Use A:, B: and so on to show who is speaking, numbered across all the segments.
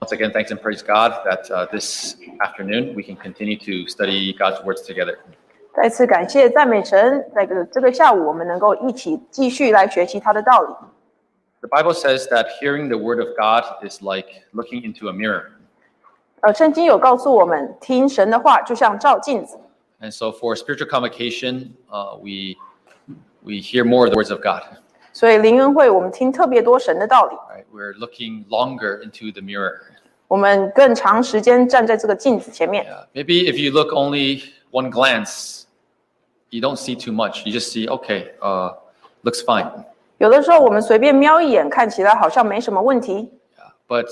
A: Once again, thanks and praise God that uh, this afternoon we can continue to study God's words together.
B: 再次感谢赞美神，那个这个下午我们能够一起继续来学习他的道理。
A: The Bible says that hearing the word of God is like looking into a mirror.
B: 呃，圣经有告诉我们，听神的话就像照镜子。
A: And so for spiritual convocation, uh, we, we hear more of the words of God.
B: 所以灵恩会我们听特别多神的道理，
A: Right? We're looking longer into the mirror.
B: 我们更长时间站在这个镜子前面。
A: Yeah. Maybe if you look only one glance, you don't see too much. You just see, okay, uh, looks fine.
B: 有的时候我们随便瞄一眼，看起来好像没什么问题，
A: But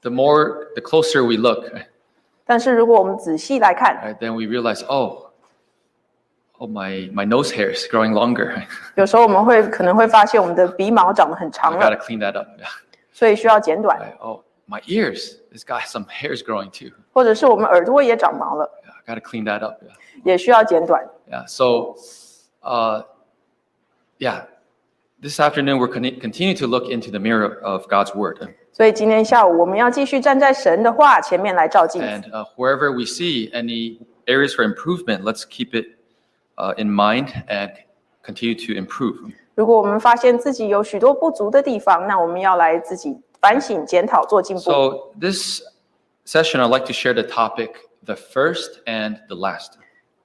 A: the more, the closer we look,
B: 但是如果我们仔细来看，
A: right, then we realize, oh, oh, my my nose hair is growing longer.
B: 有时候我们会可能会发现我们的鼻毛长得很长
A: I gotta
B: 了，
A: clean that up. Yeah.
B: 所以需要剪短，
A: Right, oh, my ears, it's got some hairs growing too.
B: 或者是我们耳朵也长毛了，
A: Yeah, I gotta clean that up. Yeah,
B: 也需要剪短。
A: yeah. So, uh, yeah, this afternoon we're con- continue to look into the mirror of God's word.
B: 所以今天下午我们要继续站在神的话前面来照镜子。
A: And uh, wherever we see any areas for improvement, let's keep it uh, in mind and continue to improve.
B: 如果我们发现自己有许多不足的地方，那我们要来自己反省、检讨、做进步。
A: So, this session, I'd like to share the topic the first and the last.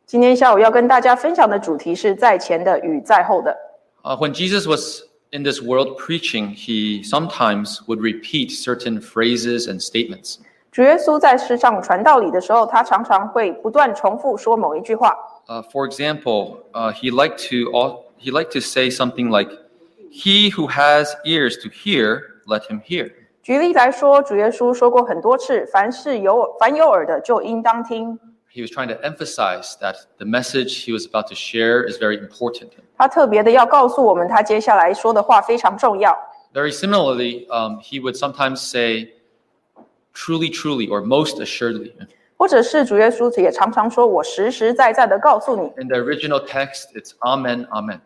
B: 今天下午要跟大家分享的主题是在前的与在后的。
A: Uh, when Jesus was in this world preaching, he sometimes would repeat certain phrases and statements.
B: 主耶稣在世上传道理的时候，他常常会不断重复说某一句话。
A: Uh, for example, uh, he liked to al- he liked to say something like, "He who has ears to hear, let him hear."
B: 举例来说，主耶稣说过很多次：“凡是有凡有耳的，就应当听。
A: he was trying to emphasize that the message he was about to share is very important. ”
B: 他特别的要告诉我们，他接下来说的话非常重要。
A: Very similarly, um, he would sometimes say, truly, truly, or most assuredly.
B: 或者是主耶稣也常常说：“我实实在在的告诉你。
A: In the original text, it's Amen, Amen, ”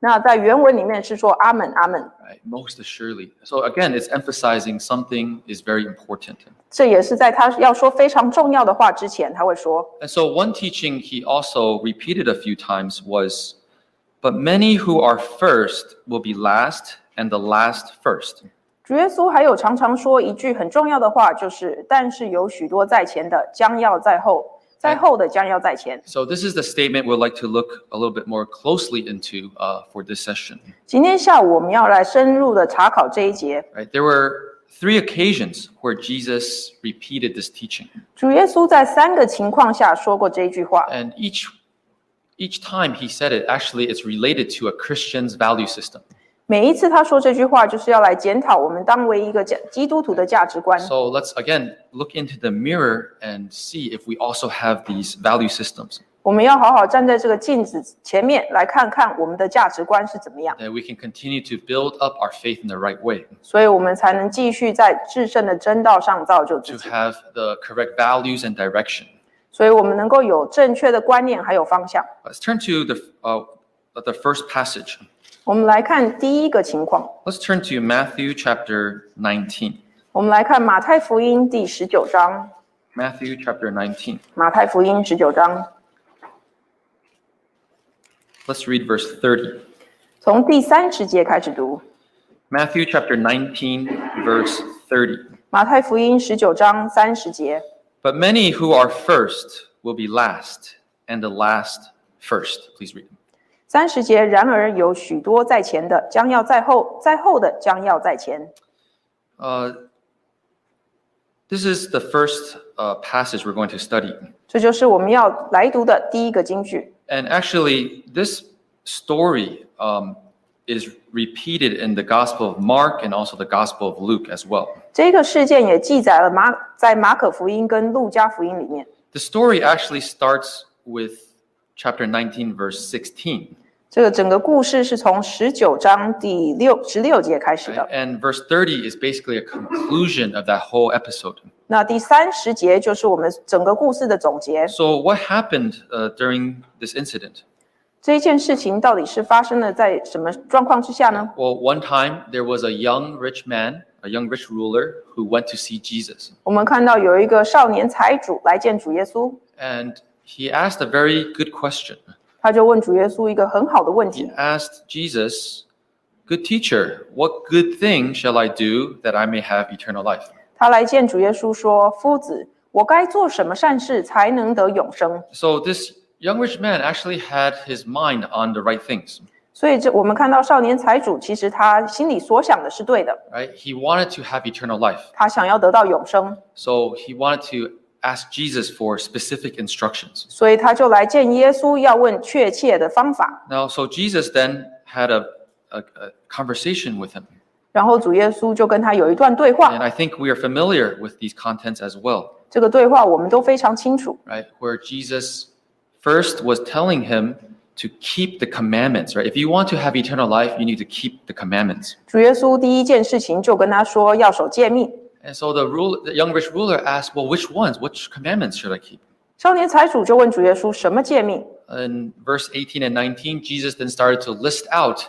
B: 那在原文里面是说：“阿门，阿门。
A: right? Most assuredly. So again, it's emphasizing something is very important. ”
B: 这也是在他要说非常重要的话之前，他会说。
A: And so one teaching he also repeated a few times was, but many who are first will be last, and the last first.
B: 主耶稣还有常常说一句很重要的话，就是：“但是有许多在前的将要在后，在后的将要在前。
A: So this is the statement we'd like to look a little bit more closely into uh, for this session. ”
B: 今天下午我们要来深入的查考这一节。
A: Right? There were three occasions where Jesus repeated this teaching,
B: 主耶稣在三个情况下说过这一句话，
A: and each each time he said it, actually, it's related to a Christian's value system.
B: 每一次他说这句话，就是要来检讨我们当为一个基基督徒的价值观。
A: So let's again look into the mirror and see if we also have these value systems
B: 我们要好好站在这个镜子前面，来看看我们的价值观是怎么样，
A: that we can continue to build up our faith in the right way,
B: 所以我们才能继续在至圣的真道上造就自
A: to
B: 己。
A: have the correct values and direction.
B: 所以我们能够有正确的观念，还有方向。
A: Let's turn to the uh, the first passage.
B: 我们来看第一个情况，
A: Let's turn to Matthew chapter 19.
B: 我们来看马太福音第十九章。
A: Matthew chapter 19.
B: 马太福音十九章，
A: Let's read verse 30.
B: 从第三十节开始读。
A: Matthew chapter 19, verse 30.
B: 马太福音十九章三十节，
A: But many who are first will be last, and the last first. Please read.
B: 三十节。然而有许多在前的将要在后，在后的将要在前。
A: Uh, this is the first uh, passage we're going to study.
B: 这就是我们要来读的第一个金句。
A: And actually, this story um, is repeated in the Gospel of Mark and also the Gospel of Luke as well.
B: 这个事件也记载了马在马可福音跟路加福音里面。
A: The story actually starts with chapter 19, verse 16.
B: 这个整个故事是从十九章第六十六节开始的。
A: And verse 30 is basically a conclusion of that whole episode.
B: 那第三十节就是我们整个故事的总结。
A: So, what happened uh, during this incident?
B: 这一件事情到底是发生了在什么状况之下呢？
A: Well, one time there was a young rich man, a young rich ruler, who went to see Jesus.
B: 我们看到有一个少年财主来见主耶稣，
A: And he asked a very good question.
B: 他就问主耶稣一个很好的问题
A: He，asked Jesus, Good teacher, what good thing shall I do that I may have eternal life?
B: 他来见主耶稣说：“夫子，我该做什么善事才能得永生
A: So this young rich man actually had his mind on the right things.？”
B: 所以这我们看到少年财主其实他心里所想的是对的，
A: Right? He wanted to have eternal life.
B: 他想要得到永生，
A: So he wanted to ask Jesus for specific instructions.
B: 所以他就来见耶稣，要问确切的方法。
A: Now, so Jesus then had a, a, a conversation with him.
B: 然后主耶稣就跟他有一段对话
A: And，I think we are familiar with these contents as well,
B: 这个对话我们都非常清楚。
A: right? Where Jesus first was telling him to keep the commandments, right? If you want to have eternal life, you need to keep the commandments.
B: 主耶稣第一件事情就跟他说要守诫命。
A: And so the, rule, the young rich ruler asked, Well, which ones? Which commandments should I keep?
B: 少年财主就问主耶稣什么诫命？
A: in verse 18 and 19, Jesus then started to list out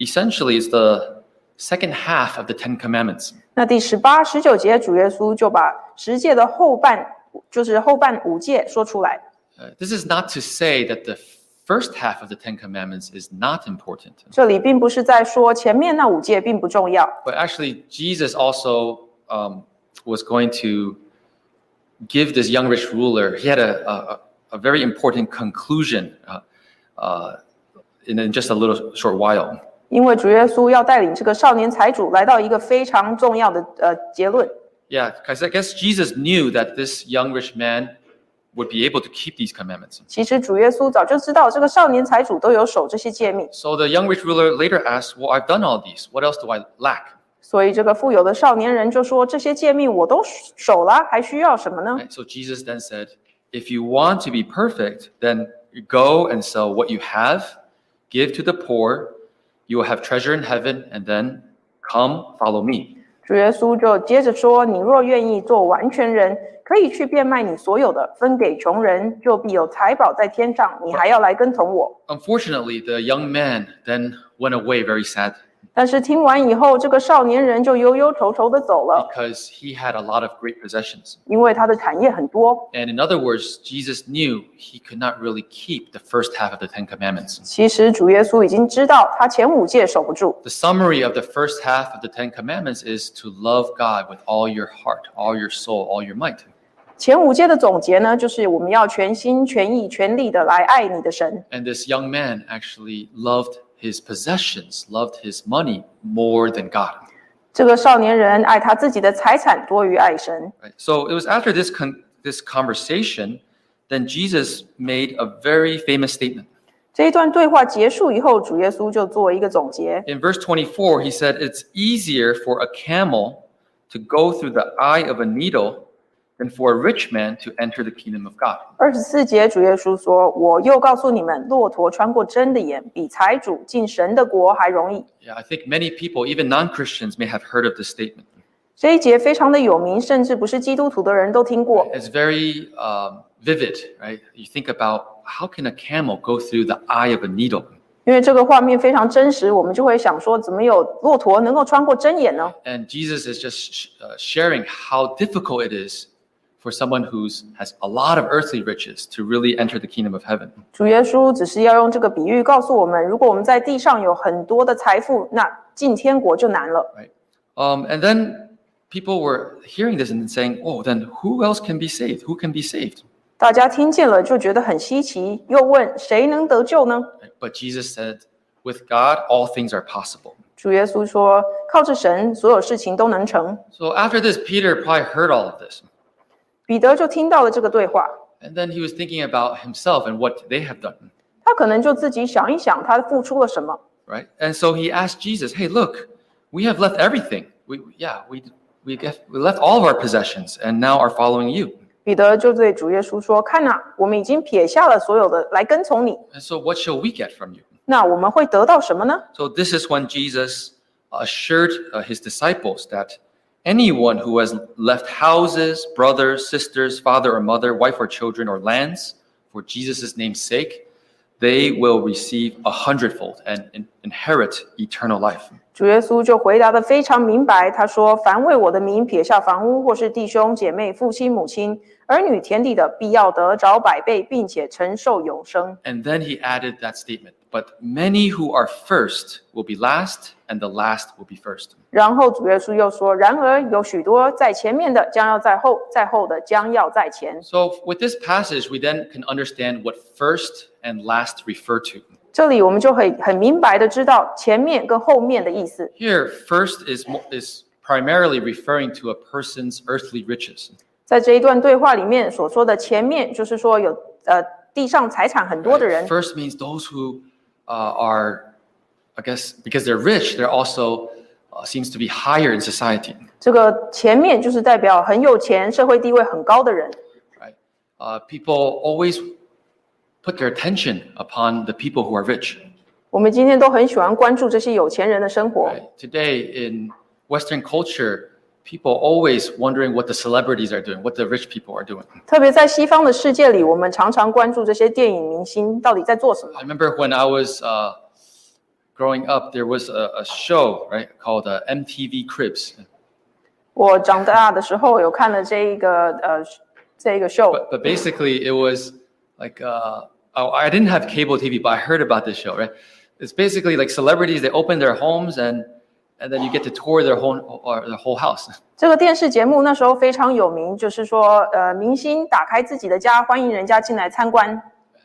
A: essentially it's the second half of the Ten Commandments.
B: 那第十八、十九节，主耶稣就把十诫的后半，就是后半五诫说出来。
A: Uh, this is not to say that the first half of the Ten Commandments is not important,
B: 这里并不是在说前面那五诫并不重要，
A: but actually, Jesus also um, was going to give this young rich ruler, he had a, a, a- a very important conclusion uh, uh, in, in just a little short while.
B: 因为主耶稣要带领这个少年财主来到一个非常重要的呃结论。
A: Yeah, because I guess Jesus knew that this young rich man would be able to keep these commandments.
B: 其实主耶稣早就知道这个少年财主都有守这些诫命，
A: So the young rich ruler later asked, Well, I've done all these. What else do I lack?
B: 所以这个富有的少年人就说：“这些诫命我都守了，还需要什么呢
A: Right? So Jesus then said, If you want to be perfect, then go and sell what you have, give to the poor, you will have treasure in heaven, and then come follow me.？”
B: 主耶稣就接着说：“你若愿意做完全人，可以去变卖你所有的，分给穷人，就必有财宝在天上。你还要来跟从我。
A: Unfortunately, the young man then went away very sad ”
B: 但是听完以后，这个少年人就忧忧愁愁的走了。
A: because he had a lot of great possessions.
B: 因为他的产业很多。
A: And in other words, Jesus knew he could not really keep the first half of the Ten Commandments.
B: 其实主耶稣已经知道他前五届守不住，
A: The summary of the first half of the Ten Commandments is to love God with all your heart, all your soul, all your might.
B: 前五届的总结呢，就是我们要全心全意全力的来爱你的神。
A: And this young man actually loved his possessions, loved his money more than God.
B: 这个少年人爱他自己的财产多于爱神，
A: Right? So it was after this, con- this conversation, then Jesus made a very famous statement.
B: 这一段对话结束以后，主耶稣就做一个总结。
A: In verse 24, he said, It's easier for a camel to go through the eye of a needle than for a rich man to enter the kingdom of God.
B: 二十四节，主耶稣说：“我又告诉你们，骆驼穿过针的眼，比财主进神的国还容易。
A: Yeah, I think many people, even non Christians, may have heard of this statement. ”
B: 这一节非常的有名，甚至不是基督徒的人都听过。
A: It's very um, vivid, right? You think about how can a camel go through the eye of a needle?
B: 因为这个画面非常真实，我们就会想说，怎么有骆驼能够穿过针眼呢？
A: And Jesus is just sh- uh, sharing how difficult it is for someone who has a lot of earthly riches to really enter the kingdom of heaven.
B: 主耶稣只是要用这个比喻告诉我们，如果我们在地上有很多的财富，那进天国就难了。
A: right? Um, and then people were hearing this and saying, "Oh, then who else can be saved? Who can be saved?"
B: 大家听见了就觉得很稀奇，又问谁能得救呢？
A: Right? But Jesus said, "With God, all things are possible."
B: 主耶稣说，靠着神，所有事情都能成。
A: So after this, Peter probably heard all of this,
B: 彼得就听到了这个对话，
A: and then he was thinking about himself and what they have done,
B: 他可能就自己想一想，他付出了什么。
A: right? And so he asked Jesus, "Hey, look, we have left everything. We yeah, we we, get, we left all of our possessions, and now are following you."
B: 彼得就对主耶稣说：“看呐、我们已经撇下了所有的来跟从你，
A: And so, what shall we get from you?
B: 那我们会得到什么呢？”
A: So this is when Jesus assured uh, his disciples that anyone who has left houses, brothers, sisters, father or mother, wife or children, or lands for Jesus' name's sake they will receive a hundredfold and in- inherit eternal life.
B: 主耶稣就回答的非常明白，他说：“凡为我的名撇下房屋，或是弟兄姐妹、父亲母亲、儿女田地的，必要得着百倍，并且承受永生。
A: And then he added that statement, but many who are first will be last, and the last will be first. ”
B: 然后主耶稣又说：“然而有许多在前面的将要在后，在后的将要在前。
A: So, with this passage, we then can understand what first and last refer to. ”
B: 这里我们就很很明白的知道前面跟后面的意思。
A: Here, first is, mo- is primarily referring to a person's earthly riches.
B: 在这一段对话里面所说的前面，就是说有呃地上财产很多的人，
A: First means those who uh, are, I guess, because they're rich, they're also uh, seems to be higher in society,
B: 这个前面就是代表很有钱、社会地位很高的人。
A: right? Uh, people always put their attention upon the people who are rich.
B: 我们今天都很喜欢关注这些有钱人的生活。
A: Right? Today in Western culture, people always wondering what the celebrities are doing, what the rich people are doing.
B: 特别在西方的世界里，我们常常关注这些电影明星到底在做什么。
A: I remember when I was uh, growing up, there was a, a show right called uh, MTV Cribs.
B: 我长大的时候有看了这一个呃这一个 show，
A: But, but basically, it was like uh, oh, I didn't have cable TV, but I heard about this show. Right? It's basically like celebrities. They open their homes and and then you get to tour their whole or their whole house.
B: 这个电视节目那时候非常有名，就是说呃明星打开自己的家，欢迎人家进来参观。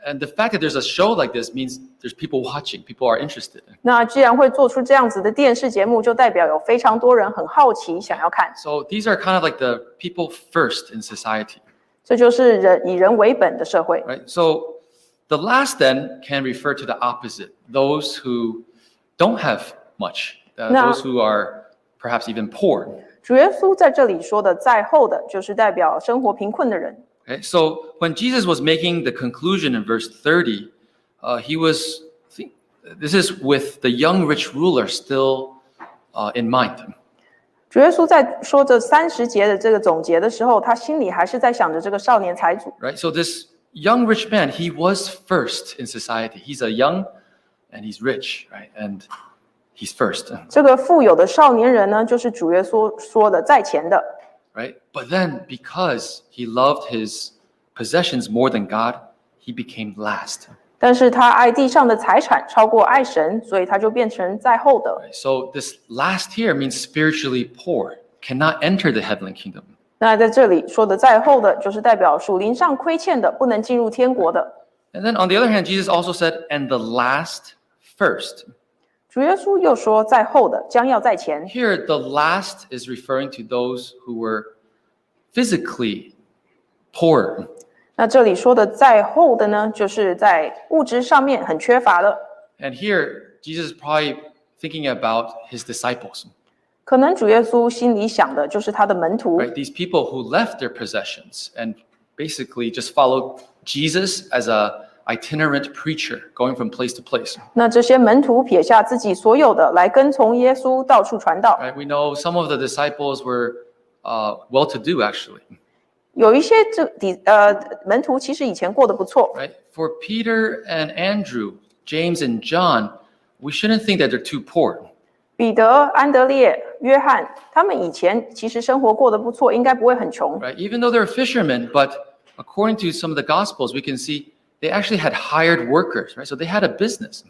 A: And the fact that there's a show like this means there's people watching. People are interested.
B: 那既然会做出这样子的电视节目，就代表有非常多人很好奇，想要看。
A: So these are kind of like the people first in society,
B: 这就是人以人为本的社会。
A: right? So the last then can refer to the opposite, those who don't have much, uh,
B: No.
A: those who are perhaps even poor.
B: 主耶稣在这里说的“在后的”，就是代表生活贫困的人。
A: Okay, so when Jesus was making the conclusion in verse 30, uh, he was, I think, this is with the young rich ruler still uh, in mind.
B: 主耶稣在说这三十节的这个总结的时候，他心里还是在想着这个少年财主。
A: right? So this young rich man, he was first in society. He's a young and he's rich, right? And he's first,
B: 这个富有的少年人呢，就是主耶稣说的在前的。
A: right? But then because he loved his possessions more than God, he became last.
B: 但是他爱地上的财产超过爱神，所以他就变成在后的。
A: So this last here means spiritually poor, cannot enter the heavenly kingdom.
B: 那在这里说的在后的，就是代表属灵上亏欠的，不能进入天国的。
A: And then on the other hand, Jesus also said, and the last first.
B: 主耶稣又说，在后的将要在前。
A: Here, the last is referring to those who were physically poor,
B: 那这里说的在后的呢，就是在物质上面很缺乏的。
A: And here, Jesus is probably thinking about his disciples,
B: 可能主耶稣心里想的就是他的门徒，
A: right? These people who left their possessions and basically just followed Jesus as a itinerant preacher, going from place to place.
B: 那这些门徒撇下自己所有的来跟从耶稣，到处传道。
A: Right? We know some of the disciples were uh, well-to-do, actually.
B: 有一些这底呃门徒其实以前过得不错，
A: Right? For Peter and Andrew, James and John, we shouldn't think that they're too poor.
B: 彼得、安德烈、约翰，他们以前其实生活过得不错，应该不会很穷。
A: Right? Even though they're fishermen, but according to some of the Gospels, we can see they actually had hired workers, right? So they had a business.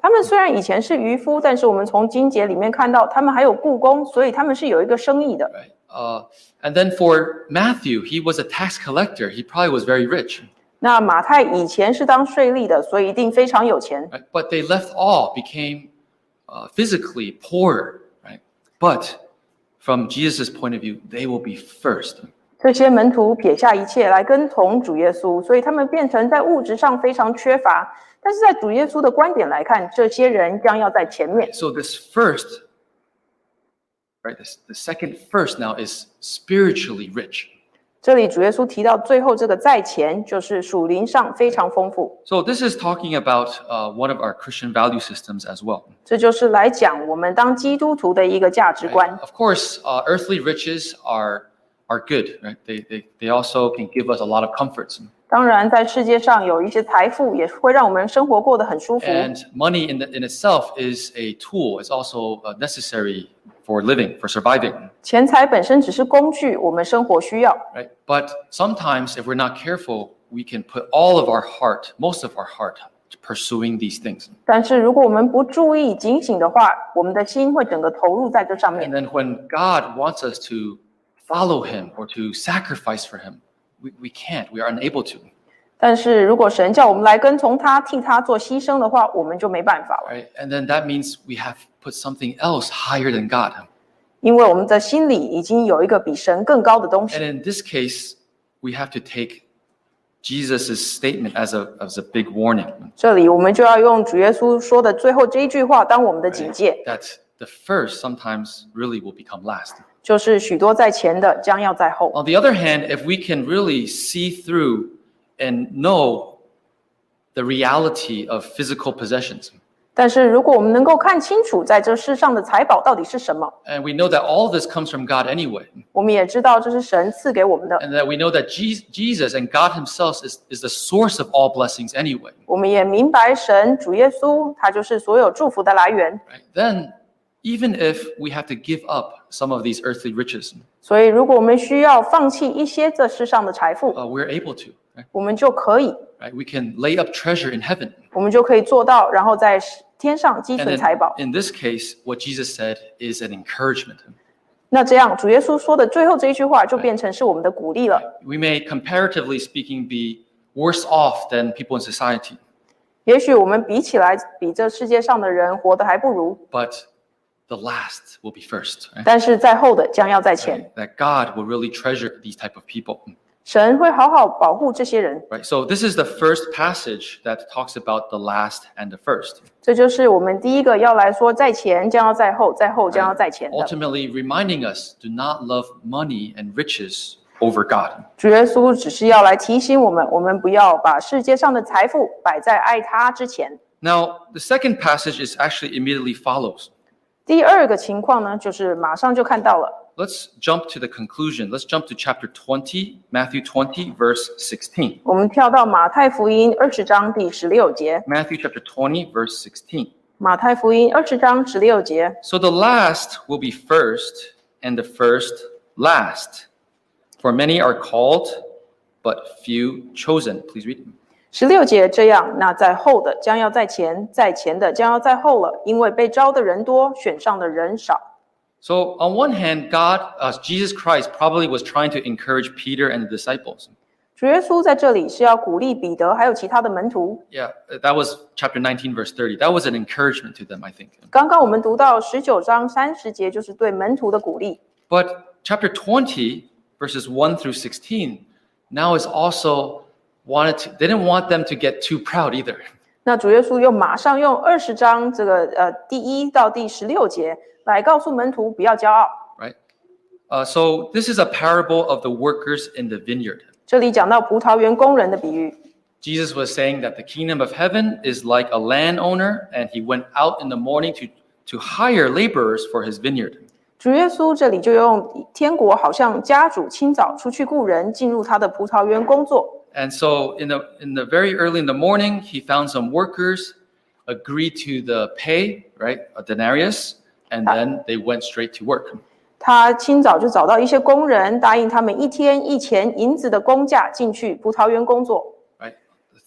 B: 他们虽然以前是渔夫，但是我们从经节里面看到，他们还有雇工，所以他们是有一个生意的。
A: right? Uh, and then for Matthew, he was a tax collector. He probably was very rich,
B: 那马太以前是当税吏的，所以一定非常有钱。
A: right? But they left all, became uh, physically poorer, right? But from Jesus' point of view, they will be first.
B: 这些门徒撇下一切来跟从主耶稣，所以他们变成在物质上非常缺乏。但是在主耶稣的观点来看，这些人将要在前面。
A: So this first, right? This the second first now is spiritually rich.
B: 这里主耶稣提到最后这个在前，就是属灵上非常丰富，
A: So this is talking about uh, one of our Christian value systems as well.
B: 这就是来讲我们当基督徒的一个价值观。
A: Of course, uh, earthly riches are are good, right? They, they they also can give us a lot of comforts.
B: 当然，在世界上有一些财富也会让我们生活过得很舒服。
A: And money in, the, in itself is a tool, it's also uh, necessary for living, for surviving,
B: 钱财本身只是工具，我们生活需要。
A: right? But sometimes, if we're not careful, we can put all of our heart, most of our heart, to pursuing these things.
B: 但是如果我们不注意、警醒的话，我们的心会整个投入在这上面
A: And。then when God wants us to follow Him or to sacrifice for Him, we, we can't, we are unable to.
B: 但是如果神叫我们来跟从他、替他做牺牲的话，我们就没办法了，
A: Right? And then that means we have put something else higher than God.
B: 因为我们的心里已经有一个比神更高的东
A: And
B: 西。
A: in this case, we have to take Jesus' statement as a, as a big warning
B: 这里我们就要用主耶稣说的最后这一句话当我们的警戒，
A: that the first sometimes really will become last.
B: 就是许多在前的将要在后。
A: On the other hand, if we can really see through and know the reality of physical possessions,
B: 但是如果我们能够看清楚在这世上的财宝到底是什么，
A: and we know that all this comes from God anyway,
B: 我们也知道这是神赐给我们的，
A: and that we know that Je- Jesus and God Himself is, is the source of all blessings anyway,
B: 我们也明白神主耶稣他就是所有祝福的来源。
A: right? then even if we have to give up some of these earthly riches,
B: 所以，如果我们需要放弃一些这世上的财富，
A: uh, we're able to. Right?
B: 我们就可以，
A: right? We can lay up treasure in heaven.
B: 我们就可以做到，然后在天上积
A: And
B: 存
A: in,
B: 财宝。
A: in this case, what Jesus said is an encouragement.
B: 那这样，主耶稣说的最后这一句话就变成是我们的鼓励了。
A: We may, comparatively speaking, be worse off than people in society,
B: 也许我们比起来，比这世界上的人活得还不如，
A: but the last will be first. right?
B: 但是在后的将要在前，
A: That God will really treasure these type of people.
B: 神会好好保护这些人。
A: Right. So this is the first passage that talks about the last and the first.
B: 这就是我们第一个要来说，在前将要在后，在后将要在前
A: 哎
B: 的。
A: Ultimately reminding us do not love money and riches over God.
B: 主耶稣只是要来提醒我们，我们不要把世界上的财富摆在爱他之前。
A: Now, the second passage is actually immediately follows.
B: 第二个情况呢，就是马上就看到了，
A: Let's jump to the conclusion. Let's jump to chapter 20, Matthew 20, verse 16.
B: 我们跳到马太福音二十章第十六节。
A: Matthew chapter 20, verse 16.
B: 马太福音二十章十六节，
A: So the last will be first, and the first last. For many are called, but few chosen. Please read.
B: 十六节这样，那在后的将要在前，在前的将要在后了，因为被招的人多，选上的人少。
A: So on one hand, God, uh, Jesus Christ, probably was trying to encourage Peter and the disciples.
B: 主耶稣在这里是要鼓励彼得还有其他的门徒。
A: Yeah, that was chapter 19, verse 30. That was an encouragement to them, I think.
B: 刚刚我们读到十九章三十节，就是对门徒的鼓励。
A: But chapter 20, verses 1 through 16, now is also wanted to, they didn't want them to get too proud either.
B: 那主耶稣又马上用二十章这个呃第一到第十六节来告诉门徒不要骄傲。
A: right? Uh, so this is a parable of the workers in the vineyard.
B: 这里讲到葡萄园工人的比喻，
A: Jesus was saying that the kingdom of heaven is like a landowner, and he went out in the morning to to hire laborers for his vineyard.
B: 主耶稣这里就用天国好像家主清早出去雇人进入他的葡萄园工作。
A: And so in the in the very early in the morning, he found some workers, agreed to the pay, right, a denarius, and then they went straight to work.
B: 他清早就找到一些工人，答应他们一天一钱银子的工价进去葡萄园工作。
A: Right.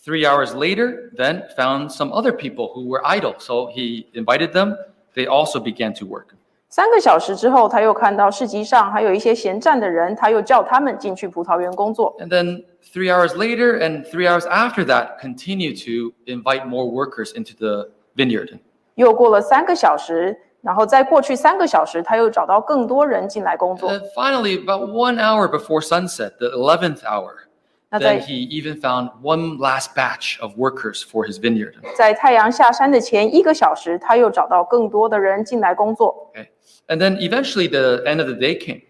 A: Three hours later, then found some other people who were idle. So he invited them. They also began to work.
B: 三个小时之后，他又看到市集上还有一些闲站的人，他又叫他们进去葡萄园工作。
A: And then three hours later and three hours after that, continue to invite more workers into the vineyard.
B: 又过了三个小时，然后再过去三个小时，他又找到更多人进来工作。
A: And then finally, about one hour before sunset, the 11th hour,
B: 那
A: then
B: 在
A: he even found one last batch of workers for his vineyard.
B: 在太阳下山的前一个小时，他又找到更多的人进来工作。
A: Okay. And then eventually the end of the day came.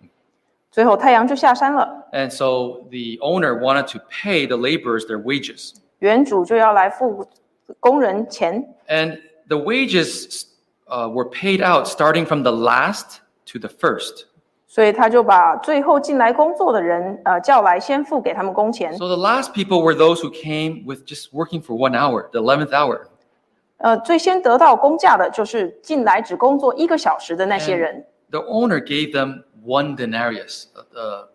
B: 最后太阳就下山了，
A: And so the owner wanted to pay the laborers their wages.
B: 原主就要来付工人钱。
A: And the wages uh, were paid out starting from the last to the first.
B: 所以他就把最后进来工作的人，呃，叫来先付给他们工钱。
A: So the last people were those who came with just working for one hour, the 11th hour.
B: 呃，最先得到工价的就是进来只工作一个小时的那些人。
A: The owner gave them one denarius, uh,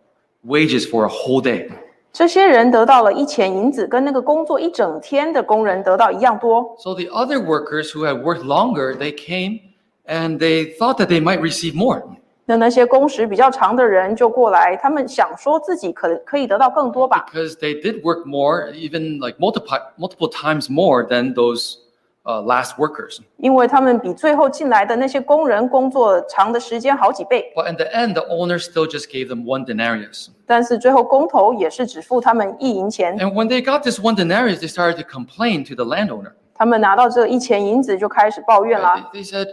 A: wages for a whole day.
B: 这些人得到了一钱银子，跟那个工作一整天的工人得到一样多。
A: So the other workers who had worked longer, they came and they thought that they might receive more
B: 那那些工时比较长的人就过来，他们想说自己可可以得到更多吧，
A: because they did work more, even like multiple multiple times more than those uh, last workers.
B: 因为他们比最后进来的那些工人工作长的时间好几倍。
A: But in the end, the owner still just gave them one denarius.
B: 但是最后工头也是只付他们一银钱，
A: And when they got this one denarius, they started to complain to the landowner.
B: 他们拿到这一钱银子就开始抱怨
A: They,
B: 啦。
A: they said,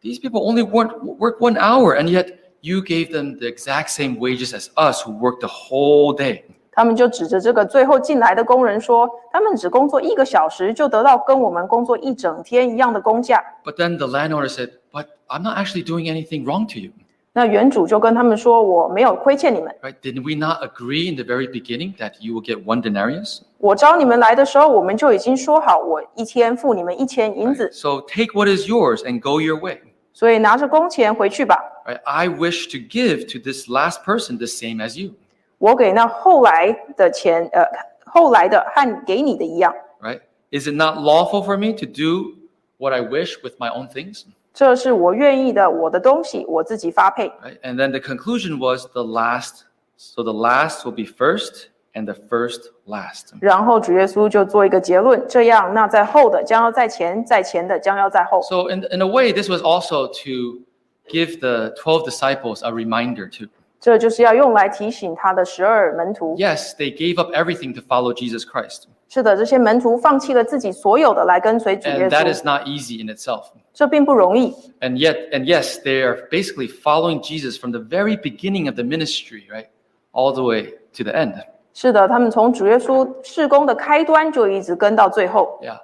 A: "These people only work work one hour, and yet." You gave them the exact same wages as us who worked the whole day.
B: 他们就指着这个最后进来的工人说，他们只工作一个小时就得到跟我们工作一整天一样的工价。
A: But then the landowner said, But I'm not actually doing anything wrong to you.
B: 那原主就跟他们说，我没有亏欠你们，
A: Right? Didn't we not agree in the very beginning that you will get one denarius?
B: 我招你们来的时候，我们就已经说好，我一天付你们一钱银子，
A: So take what is yours and go your way.
B: 所以拿着工钱回去吧。
A: Right? I wish to give to this last person the same as you.
B: 我给那后来的钱，呃，后来的和给你的一样。
A: Right? Is it not lawful for me to do what I wish with my own things?
B: 这是我愿意的，我的东西我自己发配。
A: Right? And then the conclusion was the last. So the last will be first, and the first last.
B: 然后主耶稣就做一个结论：这样，那在后的将要在前，在前的将要在后。
A: So in, in a way, this was also to give the 12 disciples a reminder too.
B: 这就是要用来提醒他的十二门徒。
A: Yes, they gave up everything to follow Jesus Christ.
B: 是的，这些门徒放弃了自己所有的来跟随主耶
A: And that is
B: 稣，
A: not easy in itself.
B: 这并不容易。
A: And yet, and yes, they are basically following Jesus from the very beginning of the ministry, right? All the way to the end.
B: 是的，他们从主耶稣事工的开端就一直跟到最后。
A: Yeah.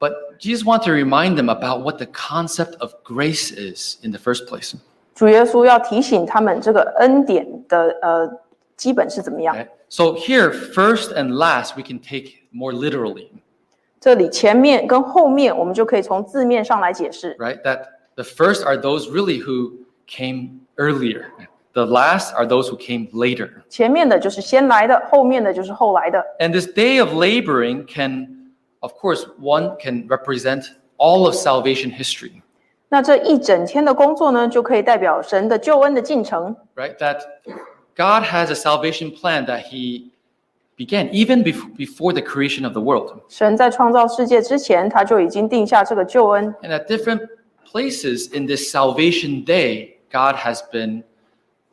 A: But Jesus wanted to remind them about what the concept of grace is in the first place.
B: 主耶稣要提醒他们这个恩典的呃基本是怎么样。
A: Right? So here, first and last, we can take more literally,
B: 这里前面跟后面，我们就可以从字面上来解释。
A: right? That the first are those really who came earlier. The last are those who came later.
B: 前面的就是先来的，后面的就是后来的。
A: And this day of laboring can, of course, one can represent all of salvation history,
B: 那这一整天的工作呢，就可以代表神的救恩的进程。
A: right? That God has a salvation plan that He began even bef- before the creation of the world.
B: 神在创造世界之前，他就已经定下这个救恩。
A: And at different places in this salvation day, God has been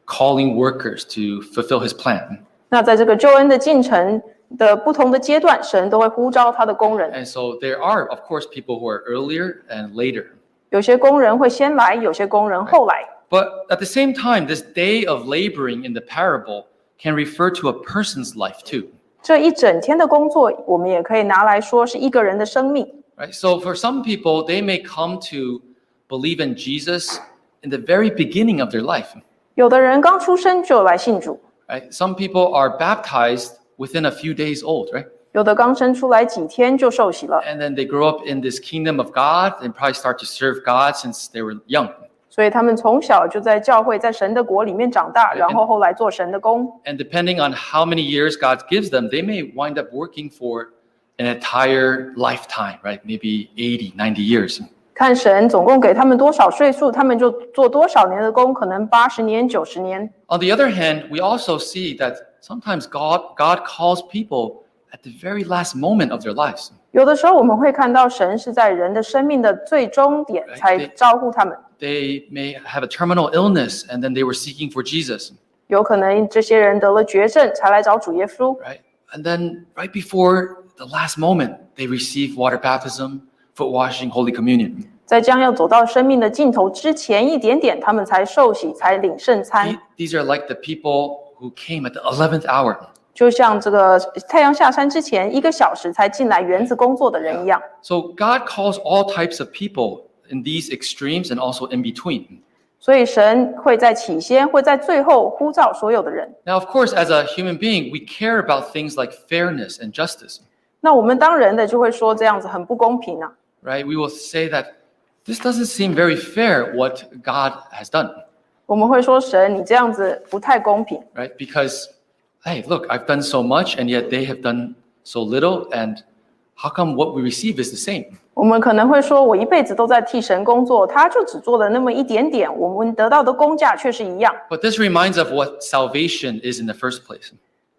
A: calling workers to fulfill His plan.
B: 那在这个救恩的进程的不同的阶段，神都会呼召他的工人。
A: And so there are, of course, people who are earlier and later.
B: 有些工人会先来，有些工人后来。
A: But at the same time, this day of laboring in the parable can refer to a person's life too.
B: 这一整天的工作，我们也可以拿来说是一个人的生命。
A: Right? So for some people, they may come to believe in Jesus in the very beginning of their life.
B: 有的人刚出生就来信主，
A: Right? Some people are baptized within a few days old, right?
B: 有的刚生出来几天就受洗了，
A: And then they grow up in this kingdom of God and probably start to serve God since they were young.
B: 所以他们从小就在教会，在神的国里面长大，然后后来做神的工。
A: And depending on how many years God gives them, they may wind up working for an entire lifetime, right? Maybe 80, 90 years.
B: 看神总共给他们多少岁数，他们就做多少年的工，可能八十年、九十年。
A: On the other hand, we also see that sometimes God, God calls people at the very last moment of their lives.
B: 有的时候我们会看到神是在人的生命的最终点才招呼他们。
A: They may have a terminal illness and then they were seeking for Jesus,
B: 有可能这些人得了绝症才来找主耶稣，
A: right? And then right before the last moment, they receive water baptism, foot washing, Holy Communion.
B: 在将要走到生命的尽头之前一点点，他们才受洗，才领圣餐
A: The-。These are like the people who came at the 11th hour.
B: 就像这个太阳下山之前一个小时才进来园子工作的人一样，
A: So God calls all types of people in these extremes and also in between.
B: 所以神会在起先，会在最后呼召所有的人。
A: Now, of course, as a human being, we care about things like fairness and justice,
B: 那我们当人的就会说这样子很不公平啊，
A: right? We will say that this doesn't seem very fair what God has done,
B: 我们会说神你这样子不太公平，
A: right? Because, hey, look, I've done so much and yet they have done so little, and how come what we receive is the same?
B: 我们可能会说我一辈子都在替神工作，他就只做了那么一点点，我们得到的工价却是一样。
A: But this reminds of what salvation is in the first place.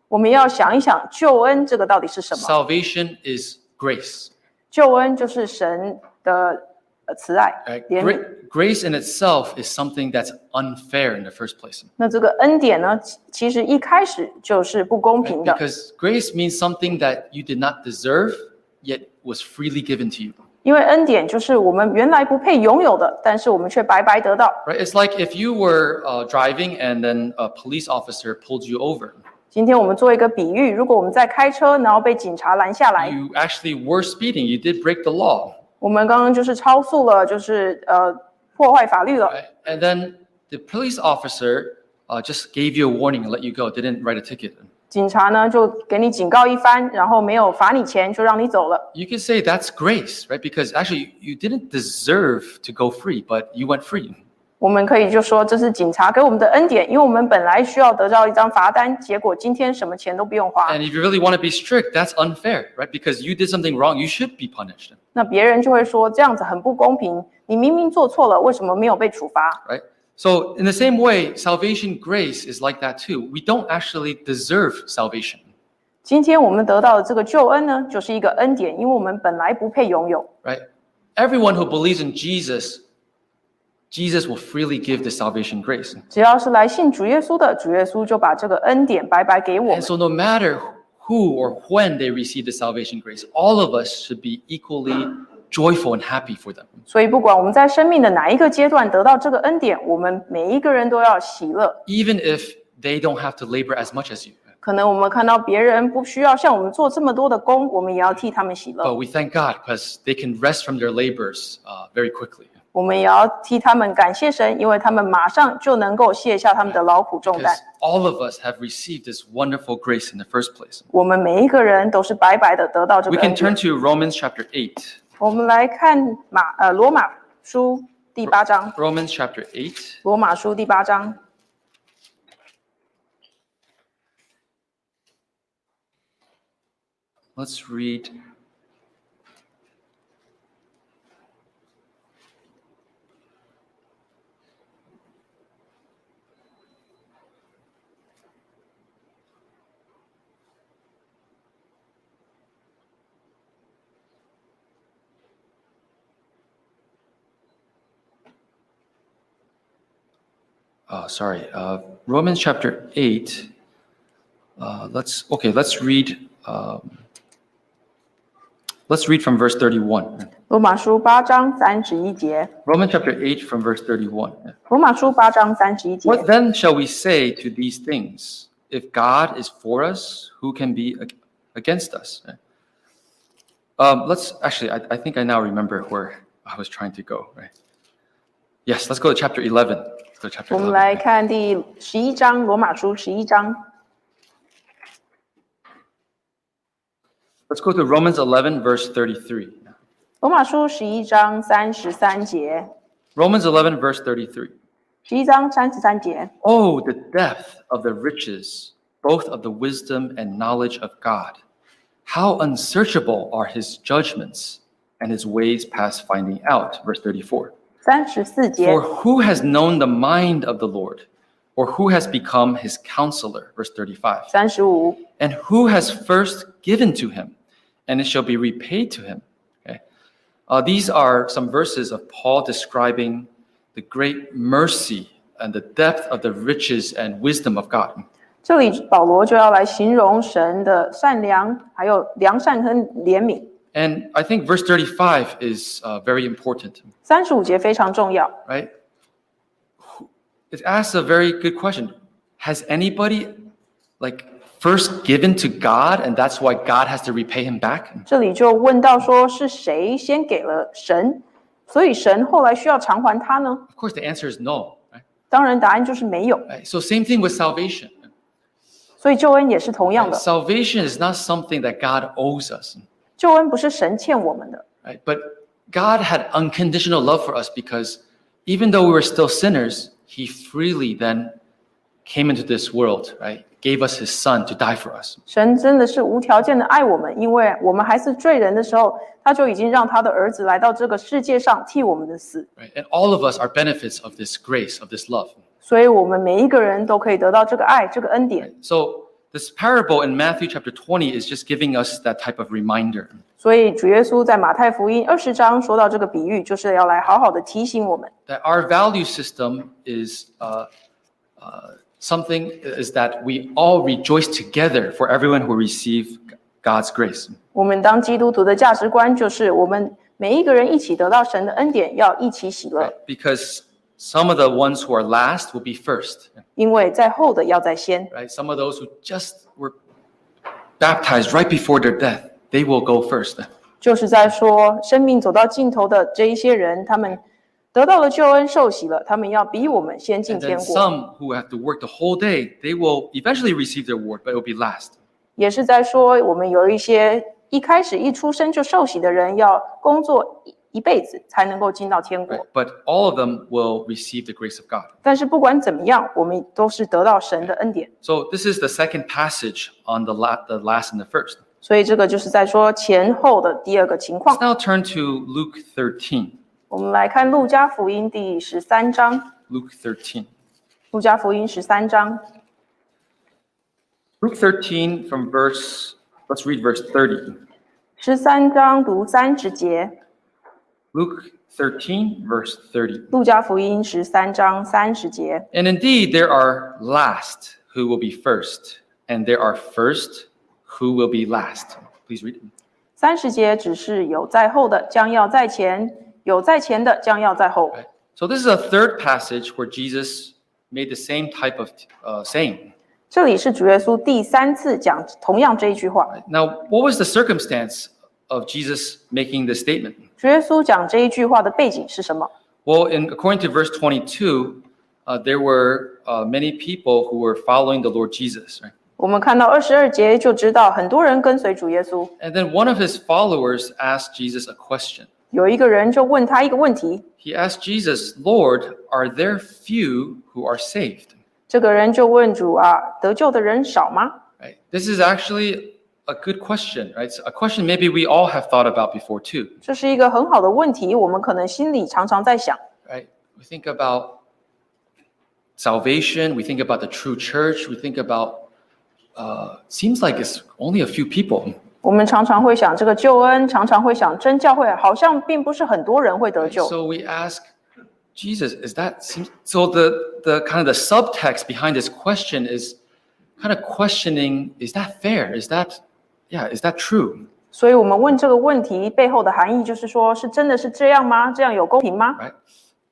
B: 我们要想一想救恩这个到底是什么？
A: Salvation is grace.
B: 救恩就是神的呃慈爱
A: right?
B: 怜
A: Uh, Gra-
B: 悯。
A: grace in itself is something that's unfair in the first place.
B: 那这个恩典呢，其其实一开始就是不公平的，
A: 哎 Because grace means something that you did not deserve, yet was freely given to you.
B: 因为恩典就是我们原来不配拥有的，但是我们却白白得到。
A: Right? It's like if you were uh, driving and then a police officer pulled you over.
B: 今天我们做一个比喻，如果我们在开车，然后被警察拦下来，
A: You actually were speeding. You did break the law.
B: 我们刚刚就是超速了，就是呃破坏法律了。
A: Right? And then the police officer uh, just gave you a warning and let you go. Didn't write a ticket.
B: 警察呢就给你警告一番，然后没有罚你钱，就让你走了。
A: You can say that's grace, right? Because actually you didn't deserve to go free, but you went free.
B: 我们可以就说这是警察给我们的恩典，因为我们本来需要得到一张罚单，结果今天什么钱都不用花。
A: And if you really want to be strict, that's unfair, right? Because you did something wrong, you should be punished,
B: 那别人就会说这样子很不公平，你明明做错了，为什么没有被处罚？
A: right? So, in the same way, salvation grace is like that too. We don't actually deserve salvation,
B: 今天我们得到的这个救恩呢，就是一个恩典，因为我们本来不配拥有。
A: right? Everyone who believes in Jesus, Jesus will freely give the salvation grace.
B: 只要是来信主耶稣的，主耶稣就把这个恩典白白给我
A: And。
B: 们
A: so, no matter who or when they receive the salvation grace, all of us should be equally joyful and happy for them.
B: 所以，不管我们在生命的哪一个阶段得到这个恩典，我们每一个人都要喜乐。
A: Even if they don't have to labor as much as you.
B: 可能我们看到别人不需要像我们做这么多的工，我们也要替他们喜
A: But
B: 乐，
A: Oh, we thank God because they can rest from their labors uh, very quickly.
B: 我们也要替他们感谢神，因为他们马上就能够卸下他们的劳苦重担
A: Because。all of us have received this wonderful grace in the first place.
B: 我们每一个人都是白白的得到这
A: We
B: 个
A: can
B: 恩
A: turn
B: 典。
A: to Romans chapter 8.
B: 我们来看马呃罗马书第八章，
A: Romans chapter 8.
B: 罗马书第八章，
A: Let's read. Uh, sorry, uh, Romans chapter 8. Uh, let's, okay, let's read. Um, Let's read from verse 31.
B: 罗马书八章三十一节，
A: Romans chapter 8 from verse 31.
B: 罗马书八章三十一节。
A: What then shall we say to these things? If God is for us, who can be ag- against us? Um, let's actually, I, I think I now remember where I was trying to go, right? Yes, let's go to chapter 11. Let's go to chapter
B: 我们
A: 11.
B: 来看第十一章，罗马书十一章，
A: Let's go to Romans 11, verse 33.
B: 罗马书十一章三十三节，
A: Romans 11, verse 33.
B: 十一章三十三节。
A: Oh, the depth of the riches, both of the wisdom and knowledge of God. How unsearchable are his judgments and his ways past finding out. Verse 34.
B: 三十四节
A: For，who has known the mind of the Lord, or who has become his counselor? Verse 35.
B: 三十五，
A: And who has first given to him, and it shall be repaid to him. Okay. Uh, these are some verses of Paul describing the great mercy and the depth of the riches and wisdom of God.
B: 这里保罗就要来形容神的善良，还有良善跟怜悯。
A: And I think verse 35 is uh, very important,
B: 三十五节非常重要，
A: right? It asks a very good question. Has anybody like first given to God and that's why God has to repay him back?
B: 这里就问到说是谁先给了神，所以神后来需要偿还他呢？
A: Of course, the answer is no. right?
B: 当然，答案就是没有。
A: Right? So same thing with salvation.
B: 所以救恩也是同样的，
A: Salvation is not something that God owes us,
B: 救恩不是神欠我们的，
A: right? But God had unconditional love for us because even though we were still sinners, He freely then came into this world, right? Gave us His Son to die for us.
B: 神真的是无条件的爱我们，因为我们还是罪人的时候，他就已经让他的儿子来到这个世界上替我们的死，
A: Right? And all of us are benefits of this grace, of this love.
B: 所以我们每一个人都可以得到这个爱、这个恩典。
A: So this parable in Matthew chapter 20 is just giving us that type of reminder.
B: 所以主耶稣在马太福音二十章说到这个比喻，就是要来好好的提醒我们，
A: that our value system is uh, uh, something is that we all rejoice together for everyone who receive God's grace.
B: 我们当基督徒的价值观就是我们每一个人一起得到神的恩典，要一起喜乐，
A: Because some of the ones who are last will be first,
B: 因为在后的要在先。
A: right? Some of those who just were baptized right before their death, they will go first.
B: 就是在说生命走到尽头的这一些人，他们得到了救恩，受洗了，他们要比我们先进
A: And
B: 天
A: then
B: 国。
A: some who have to work the whole day, they will eventually receive their reward, but it will be last.
B: 也是在说，我们有一些一开始一出生就受洗的人，要工作一一辈子才能够进到天
A: right?
B: 国。
A: But all of them will receive the grace of God.
B: 但是不管怎么样，我们都是得到神的恩典。
A: So this is the second passage on the, la- the last and the first.
B: 所以这个就是在说前后的第二个情况
A: Let's。now turn to Luke 13.
B: 我们来看路加福音第十三章，
A: Luke 13.
B: 路加福音十三章
A: Luke 13 from verse, let's read verse 30.
B: 十三章读三十节，
A: Luke 13, verse 30.
B: 路加福音十三章三十节。
A: And indeed, there are last who will be first, and there are first who will be last. Please read it.
B: 三十节只是有在后的将要在前，有在前的将要在后。
A: Right. So this is a third passage where Jesus made the same type of uh, saying.
B: 这里是主耶稣第三次讲同样这一句话。
A: Now, what was the circumstance of Jesus making this statement?
B: 主耶稣讲这一句话的背景是什么？
A: Well, in, according to verse 22, uh, there were uh, many people who were following the Lord Jesus. Right?
B: 我们看到二十二节就知道，很多人跟随主耶稣。
A: And then one of his followers asked Jesus a question.
B: 有一个人就问他一个问题，
A: He asked Jesus, Lord, are there few who are saved?
B: 这个人就问主啊，得救的人少吗？
A: Right? This is actually a good question, right? It's a question maybe we all have thought about before too,
B: 这是一个很好的问题，我们可能心里常常在想。
A: right? We think about salvation, we think about the true church, we think about, uh, seems like it's only a few people.
B: 我们常常会想这个救恩，常常会想真教会，好像并不是很多人会得救。
A: So we ask Jesus, is that seems- so? The the kind of the subtext behind this question is kind of questioning: Is that fair? Is that yeah? Is that true?
B: 所以我们问这个问题背后的含义，就是说，是真的是这样吗？这样有公平吗？
A: Right?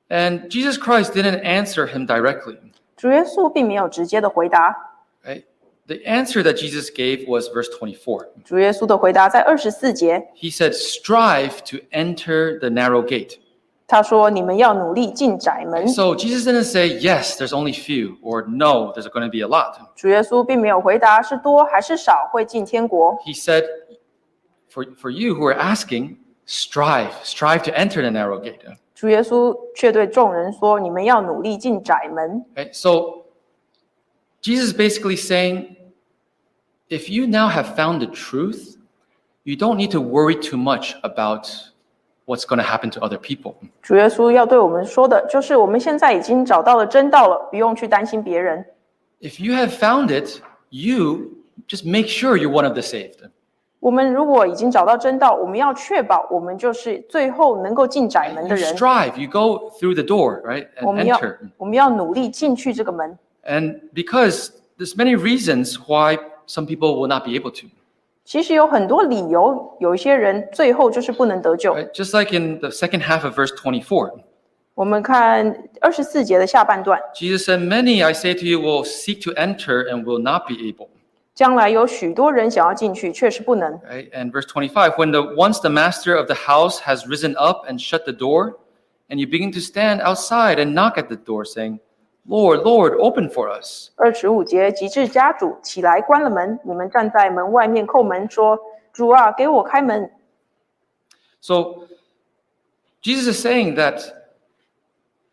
A: And Jesus Christ didn't answer him directly.
B: 主耶稣并没有直接的回答。
A: Right? The answer that Jesus gave was verse 24.
B: 主耶稣的回答在二十四节，
A: He said, "Strive to enter the narrow gate."
B: 他说：“你们要努力进窄门。
A: So Jesus didn't say, "Yes, there's only few," or "No, there's going to be a lot." ”
B: 主耶稣并没有回答是多还是少会进天国。
A: He said, for, for you who are asking, strive, strive to enter the narrow gate.
B: 主耶稣却对众人说：“你们要努力进窄门。
A: Okay, so Jesus is basically saying, if you now have found the truth, you don't need to worry too much about what's going to happen to other people. ”
B: 主耶稣要对我们说的就是，我们现在已经找到了真道了，不用去担心别人。
A: If you have found it, you just make sure you're one of the saved.
B: 我们如果已经找到真道，我们要确保我们就是最后能够进窄门的
A: You
B: 人。
A: strive, you go through the door, right?
B: 我
A: And
B: 们要
A: enter.
B: 我们要努力进去这个门，
A: And because there's many reasons why some people will not be able to.
B: 其实有很多理由，有一些人最后就是不能得救。
A: Right, Just like in the second half of verse 24,
B: 我们看二十四节的下半段，
A: Jesus said, Many, I say to you, will seek to enter and will not be able.
B: 将来有许多人想要进去，确实不能。
A: Right? And verse 25, when the once the master of the house has risen up and shut the door, and you begin to stand outside and knock at the door, saying, Lord, Lord, open for us.
B: 二十五节，及至家主起来关了门，你们站在门外面叩门说：“主啊，给我开门。
A: So Jesus is saying that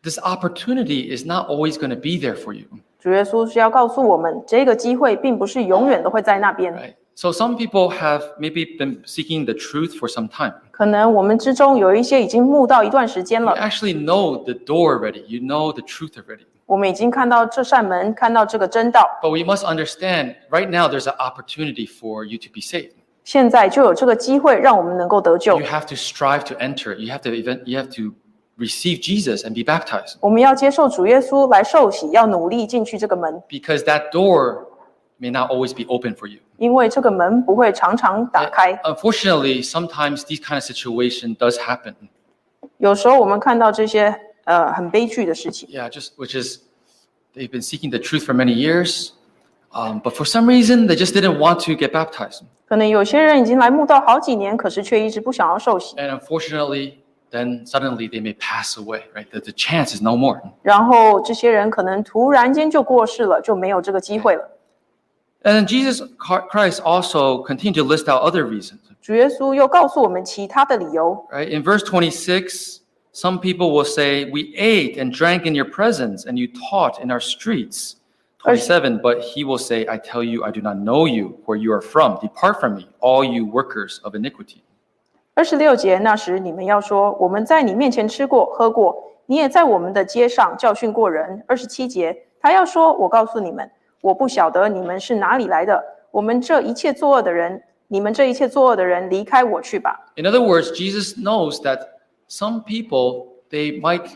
A: this opportunity is not always going to be there for you, ”
B: 主耶稣是要告诉我们，这个机会并不是永远都会在那边。
A: right? So some people have maybe been seeking the truth for some time.
B: 可能我们之中有一些已经慕到一段时间
A: You
B: 了，
A: actually know the door already. You know the truth already.
B: 我们已经看到这扇门，看到这个真道，
A: But we must understand right now there's an opportunity for you to be saved.
B: 现在就有这个机会让我们能够得救
A: You。have to strive to enter. You have to even you have to receive Jesus and be baptized
B: 我们要接受主耶稣来受洗，要努力进去这个门，
A: because that door may not always be open for you.
B: 因为这个门不会常常打开。
A: Unfortunately, sometimes these kind of situation does happen.
B: 有时候我们看到这些呃很悲剧的事情，
A: Yeah, just which is they've been seeking the truth for many years, um, but for some reason they just didn't want to get baptized,
B: 可能有些人已经来慕道好几年，可是却一直不想要受洗，
A: and unfortunately, then suddenly they may pass away. Right, the, the chance is no more.
B: 然后这些人可能突然间就过世了，就没有这个机会了。
A: And then Jesus Christ also continued to list out other reasons.
B: 主耶稣又告诉我们其他的理由，
A: Right? In verse 26, some people will say, We ate and drank in your presence, and you taught in our streets. 27, but he will say, I tell you, I do not know you, where you are from. Depart from me, all you workers of iniquity.
B: 二十六节，那时你们要说，我们在你面前吃过喝过，你也在我们的街上教训过人。二十七节，他要说，我告诉你们，我不晓得你们是哪里来的，我们这一切作恶的人，你们这一切作恶的人，离开我去吧。
A: In other words, Jesus knows that some people, they might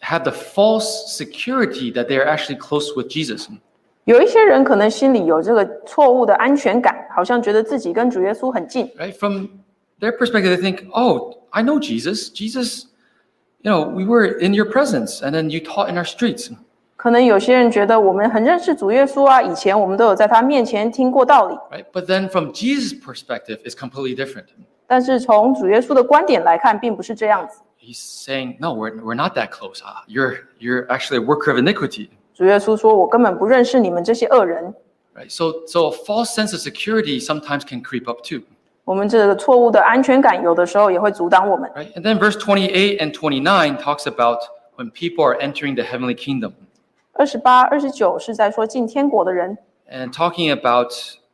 A: have the false security that they are actually close with Jesus.
B: 有一些人可能心里有这个错误的安全感，好像觉得自己跟主耶稣很近，
A: right? From their perspective, they think, oh, I know Jesus. Jesus, you know, we were in your presence and then you taught in our streets.
B: 可能有些人觉得我们很认识主耶稣啊，以前我们都有在他面前听过道理。
A: Right? But then from Jesus' perspective, it's completely different.
B: 但是从主耶稣的观点来看，并不是这样子。
A: He's saying, no, we're, we're not that close. Ah, you're, you're actually a worker of iniquity.
B: 主耶稣说：“我根本不认识你们这些恶人。
A: Right? So, so a false sense of security sometimes can creep up too. ”
B: 我们这个错误的安全感，有的时候也会阻挡我们。
A: Right? And then verse 28 and 29 talks about when people are entering the heavenly kingdom
B: 二十八、二十九是在说进天国的人，
A: and talking about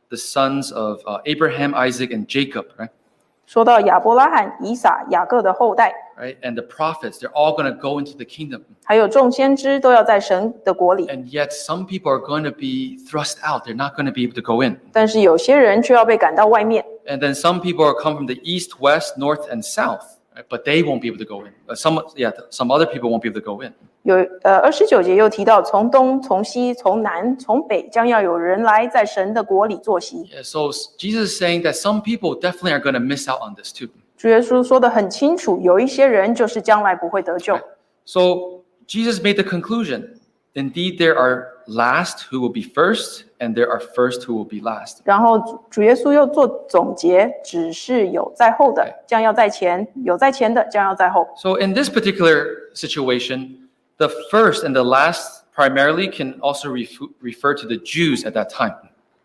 A: the sons of uh, Abraham, Isaac, and Jacob, right?
B: 说到亚伯拉罕、以撒、雅各的后代，
A: right? And the prophets, they're all going to go into the kingdom.
B: 还有众先知，都要在神的国里。
A: And yet some people are going to be thrust out. They're not going to be able to go in.
B: 但是有些人却要被赶到外面。
A: And then some people are come from the east, west, north, and south, right? but they won't be able to go in. Uh, Some, yeah, some other people won't be able to go in.
B: 有呃，二十九节又提到，从东、从西、从南、从北，将要有人来在神的国里坐席。
A: Yeah, so s- Jesus is saying that some people definitely are going to miss out on this too.
B: 主耶稣说的很清楚，有一些人就是将来不会得救。
A: So Jesus made the conclusion. Indeed, there are last who will be first, and there are first who will be last.
B: 然后主主耶稣又做总结，只是有在后的将要在前，有在前的将要在后。
A: So in this particular situation, the first and the last primarily can also ref- refer to the Jews at that time,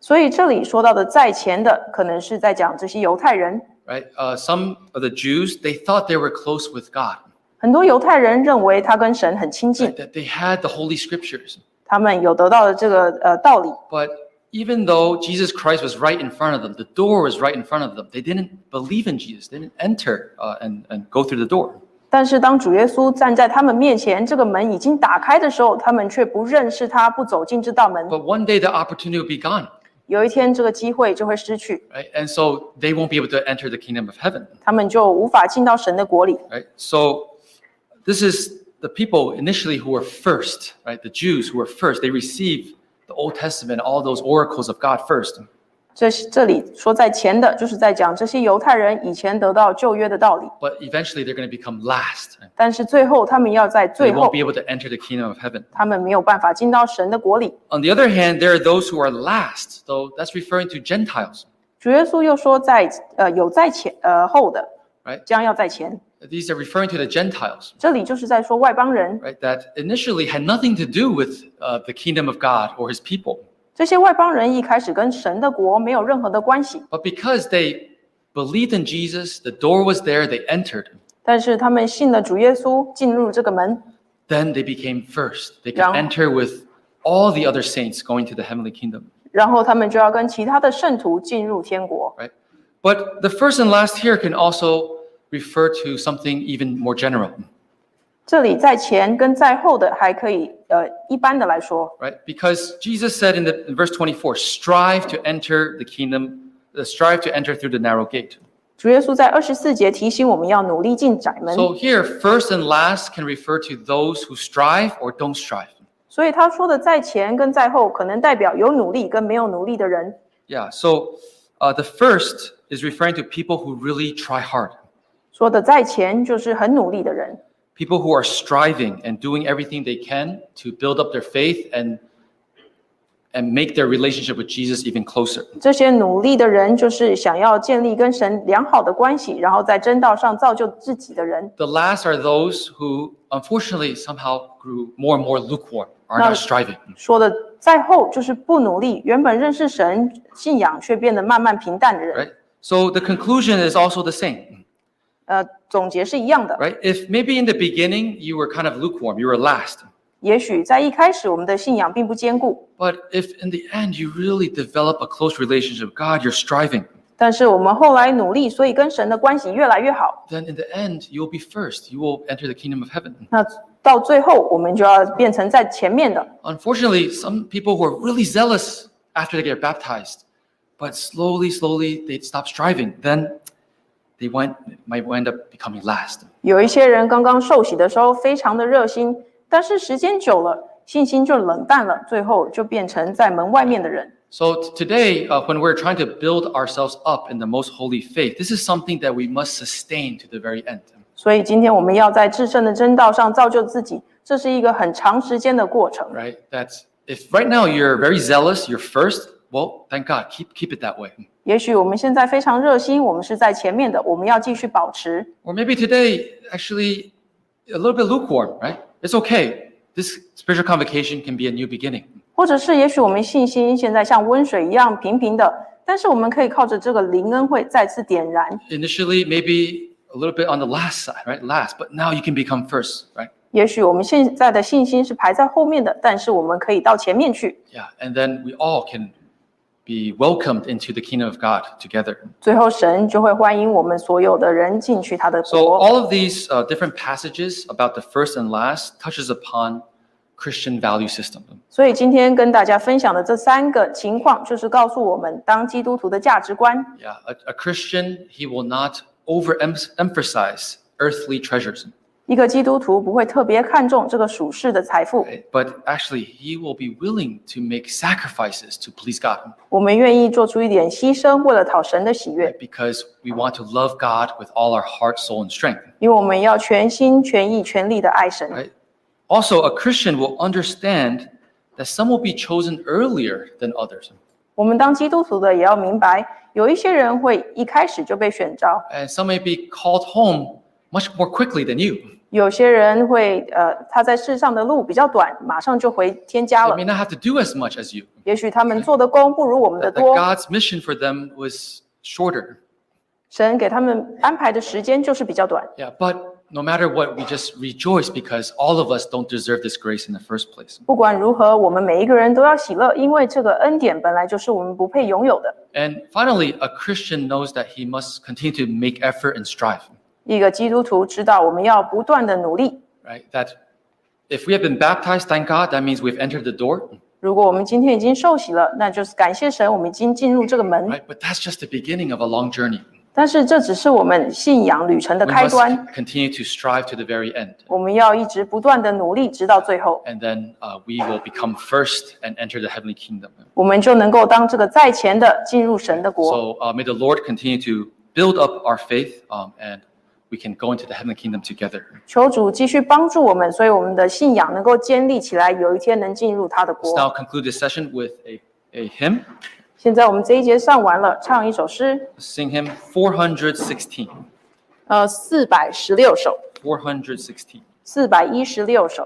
B: 所以这里说到的在前的，可能是在讲这些犹太人。
A: right? Uh, some of the Jews they thought they were close with God,
B: 很多犹太人认为他跟神很亲近，
A: that they had the Holy Scriptures.
B: 他们有得到的这个呃道理。
A: But even though Jesus Christ was right in front of them, the door was right in front of them, they didn't believe in Jesus. They didn't enter uh, and and go through the door.
B: 但是当主耶稣站在他们面前，这个门已经打开的时候，他们却不认识他，不走进这道门。
A: But one day the opportunity will be gone,
B: 有一天，这个机会就会失去，
A: right? And so they won't be able to enter the kingdom of heaven.
B: 他们就无法进到神的国里。
A: right? So this is the people initially who were first, right? The Jews who were first. They received the Old Testament, all those oracles of God first.
B: 这是这里说在前的，就是在讲这些犹太人以前得到旧约的道理，
A: But eventually they're going to become last. right?
B: 但是最后他们要在
A: They
B: 最
A: won't
B: 后
A: be，able to enter the kingdom of heaven.
B: 他们没有办法进到神的国里。
A: On the other hand, there are those who are last, though that's referring to Gentiles.
B: 主耶稣又说在呃有在前呃后的，
A: Right.
B: 将要在前，
A: These are referring to the Gentiles,
B: 这里就是在说外邦人，
A: right? That initially had nothing to do with uh, the kingdom of God or his people.
B: 这些外邦人一开始跟神的国没有任何的关系，
A: But because they believed in Jesus, the door was there, they entered,
B: 但是他们信了主耶稣，进入这个门，
A: then they became first. They could
B: Yeah.
A: enter with all the other saints going to the heavenly kingdom,
B: 然后他们就要跟其他的圣徒进入天国。
A: right? But the first and last here can also refer to something even more general,
B: 这里在前跟在后的还可以，呃，一般的来说，
A: right? Because Jesus said in, the, in verse 24, strive to enter the kingdom, uh, strive to enter through the narrow gate.
B: 主耶稣在二十四节提醒我们要努力进窄门，
A: So here, first and last can refer to those who strive or don't strive.
B: 所以他说的在前跟在后，可能代表有努力跟没有努力的人。
A: Yeah, so uh, the first is referring to people who really try hard,
B: 说的在前就是很努力的人，
A: people who are striving and doing everything they can to build up their faith and and make their relationship with Jesus even closer.
B: 这些努力的人就是想要建立跟神良好的关系，然后在真道上造就自己的人。
A: The last are those who unfortunately somehow grew more and more lukewarm, are
B: No.
A: not striving.
B: 说的在后就是不努力，原本认识神信仰却变得慢慢平淡的人。
A: Right? So the conclusion is also the same,
B: 呃，总结是一样的。
A: right? If maybe in the beginning you were kind of lukewarm, you were last,
B: 也许在一开始我们的信仰并不坚固，
A: but if in the end you really develop a close relationship with God, you're striving,
B: 但是我们后来努力，所以跟神的关系越来越好。
A: then in the end you'll be first. You will enter the kingdom of heaven.
B: 那到最后，我们就要变成在前面的。
A: Unfortunately, some people who are really zealous after they get baptized, but slowly, slowly they stop striving. Then they went, might wind up becoming last.
B: 有一些人刚刚受洗的时候非常的热心，但是时间久了，信心就冷淡了，最后就变成在门外面的人。
A: So t- today, uh, when we're trying to build ourselves up in the most holy faith, this is something that we must sustain to the very end.
B: 所以今天我们要在至圣的真道上造就自己，这是一个很长时间的过程。
A: Right? That's if right now you're very zealous, you're first. Well, thank God, keep keep it that way.
B: 也许我们现在非常热心，我们是在前面的，我们要继续保持。
A: Or maybe today, actually, a little bit lukewarm. Right? It's okay. This spiritual convocation can be a new beginning.
B: 或者是也许我们信心现在像温水一样平平的，但是我们可以靠着这个灵恩会再次点燃。
A: initially maybe a little bit on the last side, right? Last, but now you can become first, right?
B: 也许我们现在的信心是排在后面的，但是我们可以到前面去，
A: Yeah, and then we all can be welcomed into the kingdom of God together.
B: 最后神就会欢迎我们所有的人进去他的
A: So
B: 国。
A: all of these uh, different passages about the first and last touches upon Christian value system.
B: 所以今天跟大家分享的这三个情况，就是告诉我们当基督徒的价值观。
A: Yeah, a, a Christian he will not overemphasize earthly treasures,
B: 一个基督徒不会特别看重这个属世的财富，
A: right? but actually he will be willing to make sacrifices to please God
B: 我们愿意做出一点牺牲，为了讨神的喜
A: 哎
B: 悦，
A: because we want to love God with all our heart, soul, and strength.
B: 因为我们要全心全意全力的爱神。
A: Right? Also, a Christian will understand that some will be chosen earlier than others,
B: 我们当基督徒的也要明白，有一些人会一开始就被选召，
A: and some may be called home much more quickly than you.
B: 有些人会呃他在世上的路比较短，马上就回天家
A: They
B: 了
A: may。not have to do as much as you.
B: 也许他们做的功不如我们的
A: That
B: 多，
A: God's mission for them was shorter.
B: 神给他们安排的时间就是比较短。
A: Yeah, but no matter what, we just rejoice because all of us don't deserve this grace in the first place.
B: 不管如何，我们每一个人都要喜乐，因为这个恩典本来就是我们不配拥有的。
A: And finally, a Christian knows that he must continue to make effort and strive.
B: 一个基督徒知道我们要不断的努力。
A: Right? That if we have been baptized, thank God, that means we've entered the door.
B: 如果我们今天已经受洗了，那就是感谢神，我们已经进入这个门。
A: Right? But that's just the beginning of a long journey.
B: 但是这只是我们信仰旅程的
A: We
B: 开
A: must
B: 端，
A: continue to strive to the very end.
B: 我们要一直不断的努力，直到最后，
A: And then uh, we will become first and enter the heavenly kingdom.
B: 我们就能够当这个在前的进入神的国。
A: So uh, may the Lord continue to build up our faith um, and we can go into the heavenly kingdom together.
B: 求主继续帮助我们，所以我们的信仰能够坚立起来，有一天能进入他的
A: Let's now
B: 国。
A: conclude this session with a, a hymn.
B: 现在我们这一节上完了，唱一首诗，
A: Sing hymn 416.
B: 呃四百十六首，
A: 416.
B: 四百一十六首，